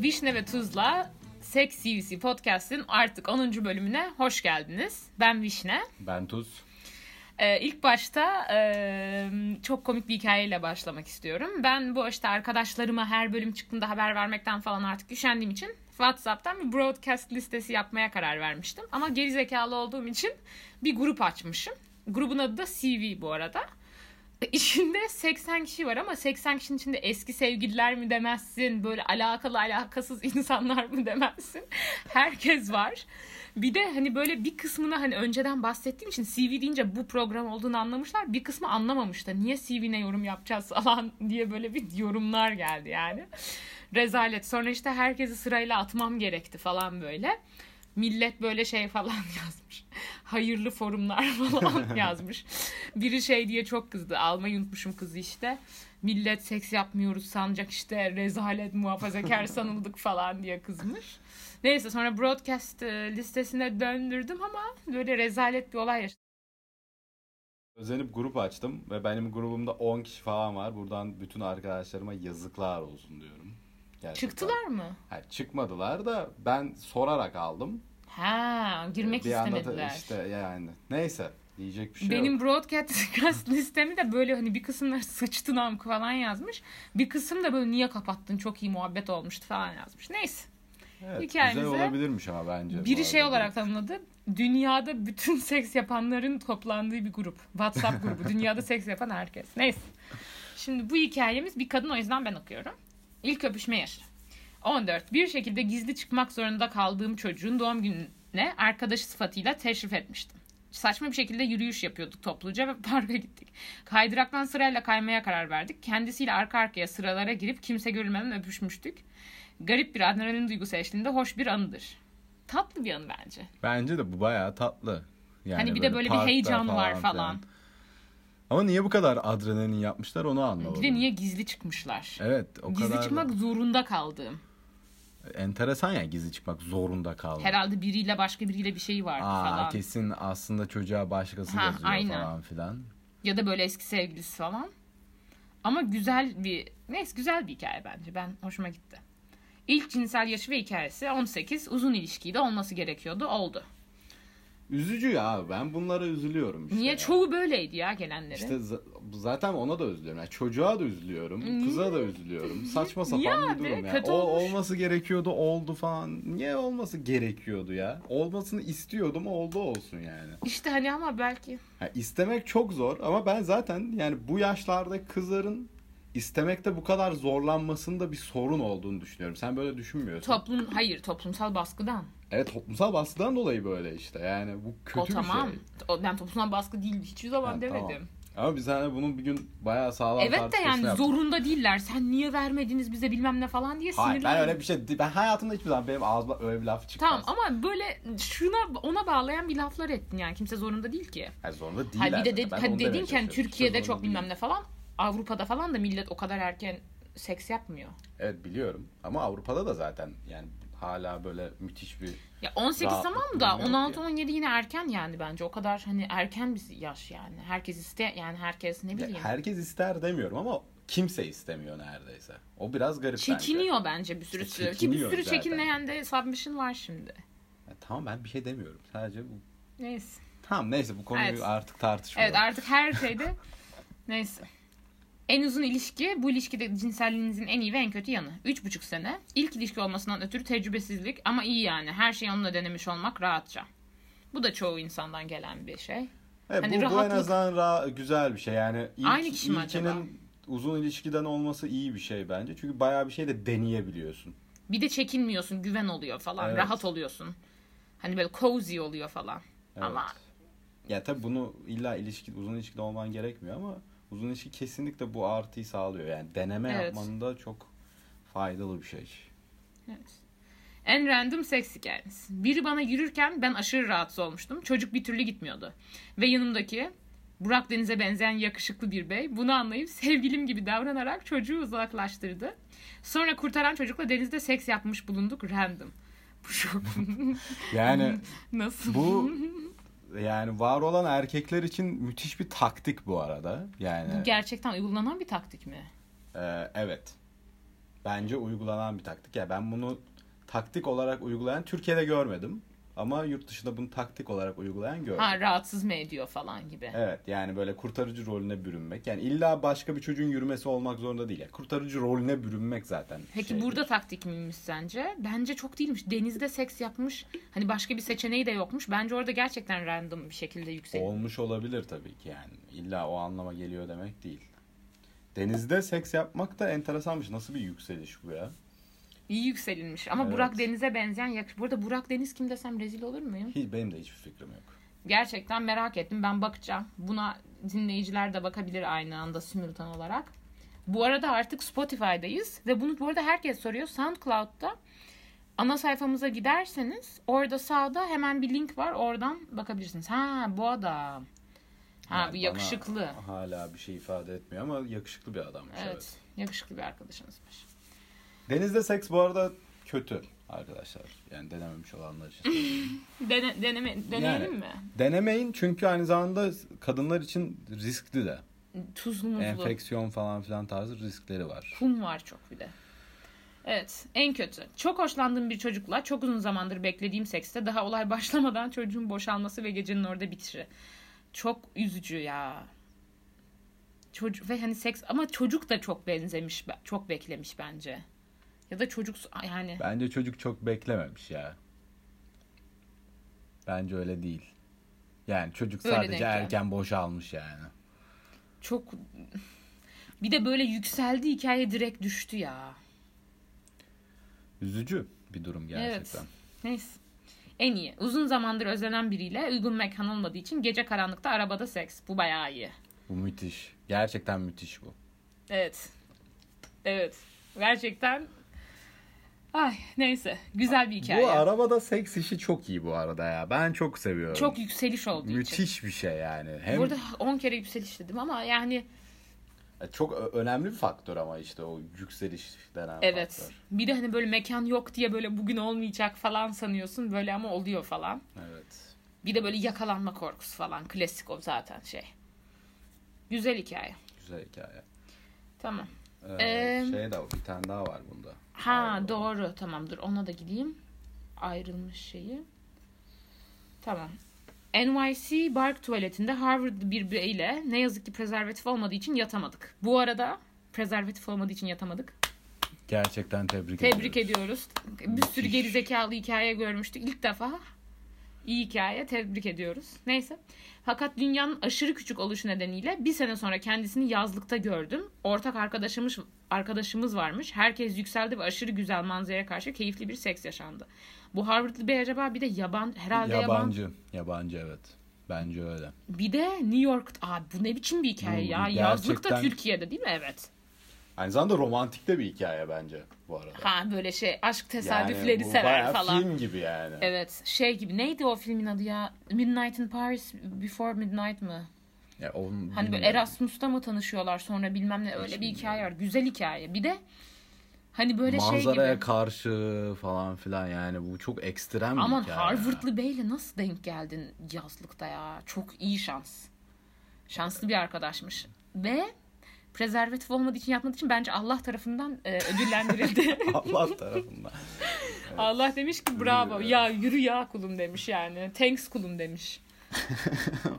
Vişne ve Tuz'la Sex UC Podcast'in artık 10. bölümüne hoş geldiniz. Ben Vişne. Ben Tuz. Ee, ilk başta e, çok komik bir hikayeyle başlamak istiyorum. Ben bu işte arkadaşlarıma her bölüm çıktığında haber vermekten falan artık üşendiğim için WhatsApp'tan bir broadcast listesi yapmaya karar vermiştim. Ama gerizekalı olduğum için bir grup açmışım. Grubun adı da CV bu arada. İçinde 80 kişi var ama 80 kişinin içinde eski sevgililer mi demezsin, böyle alakalı alakasız insanlar mı demezsin. Herkes var. Bir de hani böyle bir kısmını hani önceden bahsettiğim için CV deyince bu program olduğunu anlamışlar. Bir kısmı anlamamış da niye CV'ne yorum yapacağız falan diye böyle bir yorumlar geldi yani. Rezalet. Sonra işte herkesi sırayla atmam gerekti falan böyle. Millet böyle şey falan yazmış. Hayırlı forumlar falan yazmış. Biri şey diye çok kızdı. Almayı unutmuşum kızı işte. Millet seks yapmıyoruz sanacak işte rezalet muhafazakar sanıldık falan diye kızmış. Neyse sonra broadcast e, listesine döndürdüm ama böyle rezalet bir olay yaşadım. Özenip grup açtım ve benim grubumda 10 kişi falan var. Buradan bütün arkadaşlarıma yazıklar olsun diyorum. Gerçekten. Çıktılar mı? Ha, çıkmadılar da ben sorarak aldım. Ha, girmek bir anda da istemediler. işte yani neyse diyecek bir şey Benim yok. broadcast listemi de böyle hani bir kısımlar sıçtı namık falan yazmış. Bir kısım da böyle niye kapattın çok iyi muhabbet olmuştu falan yazmış. Neyse. Evet, hikayenize güzel olabilirmiş ama bence. bu Biri şey arada. olarak tanımladı. Dünyada bütün seks yapanların toplandığı bir grup. WhatsApp grubu. Dünyada seks yapan herkes. Neyse. Şimdi bu hikayemiz bir kadın o yüzden ben okuyorum. İlk öpüşme yaşı. 14. Bir şekilde gizli çıkmak zorunda kaldığım çocuğun doğum gününe arkadaşı sıfatıyla teşrif etmiştim. Saçma bir şekilde yürüyüş yapıyorduk topluca ve parka gittik. Kaydıraktan sırayla kaymaya karar verdik. Kendisiyle arka arkaya sıralara girip kimse görülmeden öpüşmüştük. Garip bir adrenalin duygusu eşliğinde hoş bir anıdır. Tatlı bir anı bence. Bence de bu bayağı tatlı. Yani Hani bir de böyle bir parkta heyecan var falan. Ama niye bu kadar adrenalin yapmışlar onu anlamadım. Bir de niye gizli çıkmışlar? Evet o gizli kadar çıkmak zorunda kaldığım. enteresan ya gizli çıkmak zorunda kalmak. Herhalde biriyle başka biriyle bir şey vardı Aa, falan. kesin aslında çocuğa başkası Ha, yazıyor aynen. falan filan. Ya da böyle eski sevgilisi falan. Ama güzel bir neyse güzel bir hikaye bence. Ben hoşuma gitti. İlk cinsel yaşı ve hikayesi 18. Uzun ilişkiydi. Olması gerekiyordu. Oldu. Üzücü ya ben bunlara üzülüyorum işte. Niye? ya. Çoğu böyleydi ya gelenlerin. İşte za- zaten ona da üzülüyorum. Yani çocuğa da üzülüyorum. Kıza da üzülüyorum. Saçma sapan Niye bir abi? durum ya. Kötü o olmuş. olması gerekiyordu oldu falan. Niye olması gerekiyordu ya? Olmasını istiyordum oldu olsun yani. İşte hani ama belki. Ha, istemek çok zor ama ben zaten yani bu yaşlarda kızların istemekte bu kadar zorlanmasının da bir sorun olduğunu düşünüyorum. Sen böyle düşünmüyorsun. Toplum hayır toplumsal baskıdan. Evet toplumsal baskıdan dolayı böyle işte. Yani bu kötü o bir tamam. şey. O, ben toplumsal baskı değil hiçbir zaman Ha, demedim. tamam. Ama biz hani bunun bir gün bayağı sağlam Evet de tartışmasını yani yaptık. zorunda değiller. Sen niye vermediniz bize bilmem ne falan diye Hayır ben sinirlendim. öyle bir şey ben hayatımda hiçbir zaman benim ağzıma öyle bir laf çıkmaz. Tamam ama böyle şuna ona bağlayan bir laflar ettin yani kimse zorunda değil ki. Yani zorunda değiller. Hayır bir de, de zaten. Ben hani onu dedin demeye ki hani çalışıyorum. Türkiye'de Kimse çok zorunda bilmem değil. ne falan Avrupa'da falan da millet o kadar erken seks yapmıyor. Evet biliyorum ama Avrupa'da da zaten yani hala böyle müthiş bir Ya 18 Rahatlık tamam da bilmiyorum ki. 16-17 yine erken yani bence o kadar hani erken bir yaş yani. Herkes iste yani herkes ne Ya bileyim. herkes ister demiyorum ama kimse istemiyor neredeyse. O biraz garip Çekiniyor bence bir sürü sürü. İşte Ki bir E, çekiniyor sürü zaten. çekinmeyen de submission var şimdi. bence. Ya tamam ben bir şey demiyorum. Sadece bu Neyse. Tamam neyse bu konuyu Evet. artık tartışmıyorum. Evet artık her şeyde neyse. En uzun ilişki bu ilişkide cinselliğinizin en iyi ve en kötü yanı. 3,5 sene. İlk ilişki olmasından ötürü tecrübesizlik ama iyi yani. Her şeyi onunla denemiş olmak rahatça. Bu da çoğu insandan gelen bir şey. Evet, Hani E, bu, bu en rahatlık- azından ra- güzel bir şey. Yani ilk, Aynı kişi mi ilkinin acaba? uzun ilişkiden olması iyi bir şey bence. Çünkü bayağı bir şey de deneyebiliyorsun. Bir de çekinmiyorsun, güven oluyor falan. Evet. Rahat oluyorsun. Hani böyle cozy oluyor falan. Evet. Ama Ya tabii bunu illa ilişki uzun ilişkide olman gerekmiyor ama uzun ilişki kesinlikle bu artıyı sağlıyor. Yani deneme Evet. yapmanın da çok faydalı bir şey. Evet. En random seks hikayeniz. Biri bana yürürken ben aşırı rahatsız olmuştum. Çocuk bir türlü gitmiyordu. Ve yanımdaki Burak Deniz'e benzeyen yakışıklı bir bey bunu anlayıp sevgilim gibi davranarak çocuğu uzaklaştırdı. Sonra kurtaran çocukla denizde seks yapmış bulunduk random. Bu çok Yani nasıl? bu yani var olan erkekler için müthiş bir taktik bu arada. Yani Bu gerçekten uygulanan bir taktik mi? e, Ee, evet. bence uygulanan bir taktik. Ya ben bunu taktik olarak uygulayan Türkiye'de görmedim. Ama yurt dışında bunu taktik olarak uygulayan gördüm. Ha rahatsız mı ediyor falan gibi. Evet yani böyle kurtarıcı rolüne bürünmek. Yani illa başka bir çocuğun yürümesi olmak zorunda değil. Yani kurtarıcı rolüne bürünmek zaten. şey Peki şeydir. burada taktik miymiş sence? Bence çok değilmiş. Denizde seks yapmış. Hani başka bir seçeneği de yokmuş. Bence orada gerçekten random bir şekilde yükseliyor. Olmuş olabilir tabii ki yani. İlla o anlama geliyor demek değil. Denizde seks yapmak da enteresanmış. Nasıl bir yükseliş bu ya? İyi yükselinmiş. Ama Evet. Burak Deniz'e benzeyen yakış. Burada Burak Deniz kim desem rezil olur muyum? Hiç, benim de hiçbir fikrim yok. Gerçekten merak ettim. Ben bakacağım. Buna dinleyiciler de bakabilir aynı anda simultan olarak. Bu arada artık Spotify'dayız ve bunu bu arada herkes soruyor. SoundCloud'da ana sayfamıza giderseniz orada sağda hemen bir link var. Oradan bakabilirsiniz. Ha bu adam. Ha Yani bu bana yakışıklı. Hala bir şey ifade etmiyor ama yakışıklı bir adammış. Evet. Evet. Yakışıklı bir arkadaşımızmış. Denizde seks bu arada kötü arkadaşlar. Yani denememiş olanlar için. Dene, deneme, deneyelim Yani. mi? Denemeyin çünkü aynı zamanda kadınlar için riskli de. Tuzlu muzlu. Enfeksiyon falan filan tarzı riskleri var. Kum var çok bir de. Evet en kötü. Çok hoşlandığım bir çocukla çok uzun zamandır beklediğim sekste daha olay başlamadan çocuğun boşalması ve gecenin orada bitişi. Çok üzücü ya. Çocuk ve hani seks ama çocuk da çok benzemiş be- çok beklemiş bence. Ya da çocuk yani Bence çocuk çok beklememiş ya. Bence öyle değil. Yani çocuk Öyle denk sadece geldi. erken boşalmış yani. çok bir de böyle yükseldi hikaye direkt düştü ya. Üzücü bir durum gerçekten. Evet. Neyse. En iyi. Uzun zamandır özlenen biriyle uygun mekan olmadığı için gece karanlıkta arabada seks. Bu bayağı iyi. Bu müthiş. Gerçekten müthiş bu. Evet. Evet. Gerçekten Ay neyse güzel bir hikaye. Bu arabada seks işi çok iyi bu arada ya. Ben çok seviyorum. Çok yükseliş olduğu için. müthiş bir şey yani. Hem Burada 10 kere yükseliş dedim ama yani E, çok ö- önemli bir faktör ama işte o yükseliş denen evet. faktör. Bir de hani böyle mekan yok diye böyle bugün olmayacak falan sanıyorsun böyle ama oluyor falan. Evet. Bir de böyle yakalanma korkusu falan klasik o zaten şey. Güzel hikaye. Güzel hikaye. Tamam. Ee, Ee, şey de bir tane daha var bunda. Ee, Ha Ayrılalım. doğru tamam dur ona da gideyim. Ayrılmış şeyi. Tamam. NYC Bark tuvaletinde Harvard bir bireyle ne yazık ki prezervatif olmadığı için yatamadık. Bu arada prezervatif olmadığı için yatamadık. Gerçekten tebrik, Tebrik ediyoruz. ediyoruz. Bir sürü Müthiş. gerizekalı hikaye görmüştük. İlk defa iyi hikaye. Tebrik ediyoruz. Neyse. Fakat dünyanın aşırı küçük oluşu nedeniyle bir sene sonra kendisini yazlıkta gördüm. Ortak arkadaşımız, arkadaşımız varmış. Herkes yükseldi ve aşırı güzel manzaraya karşı keyifli bir seks yaşandı. Bu Harvard'lı bir acaba bir de yaban herhalde yabancı. Yabancı. Yabancı evet. Bence öyle. Bir de New York. Abi bu ne biçim bir hikaye Bu ya? Yazlıkta gerçekten- Türkiye'de değil mi? Evet. Aynı zamanda romantik de bir hikaye bence bu arada. Ha böyle şey aşk Yani tesadüfleri bu sever bayağı falan. film gibi yani. Evet şey gibi neydi o filmin adı ya? Midnight in Paris Before Midnight mı? Ya onun- Hani böyle bilmiyorum. Erasmus'ta mı tanışıyorlar sonra bilmem ne öyle bir hikaye var. Güzel hikaye. Bir de hani böyle şey gibi. Manzaraya karşı falan filan yani bu çok ekstrem bir Aman hikaye. Harvard'lı Bey'le nasıl denk geldin yazlıkta ya? Çok iyi şans. Şanslı bir arkadaşmış. Ve prezervatif olmadığı için yapmadığı için bence Allah tarafından e, ödüllendirildi. Allah tarafından. Allah demiş ki bravo Yürü. ya yürü ya kulum demiş yani. Thanks kulum demiş.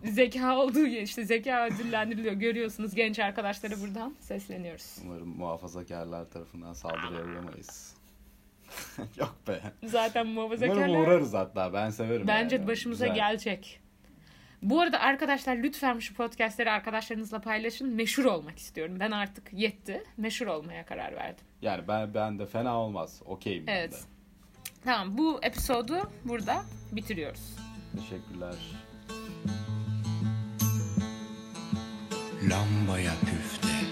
zeka olduğu ya işte zeka ödüllendiriliyor. Görüyorsunuz genç arkadaşlara buradan sesleniyoruz. Umarım muhafazakarlar tarafından saldırıya uğramayız. Yok be. Zaten Umarım muhafazakarlar uğrarız hatta. Ben severim. bence yani. başımıza Güzel. gelecek. Bu arada arkadaşlar lütfen şu podcastleri arkadaşlarınızla paylaşın. Meşhur olmak istiyorum. Ben artık yetti. Meşhur olmaya karar verdim. Yani ben ben de fena olmaz. Okeyim Evet. ben Tamam bu episodu burada bitiriyoruz. de. Teşekkürler. Lambaya püfte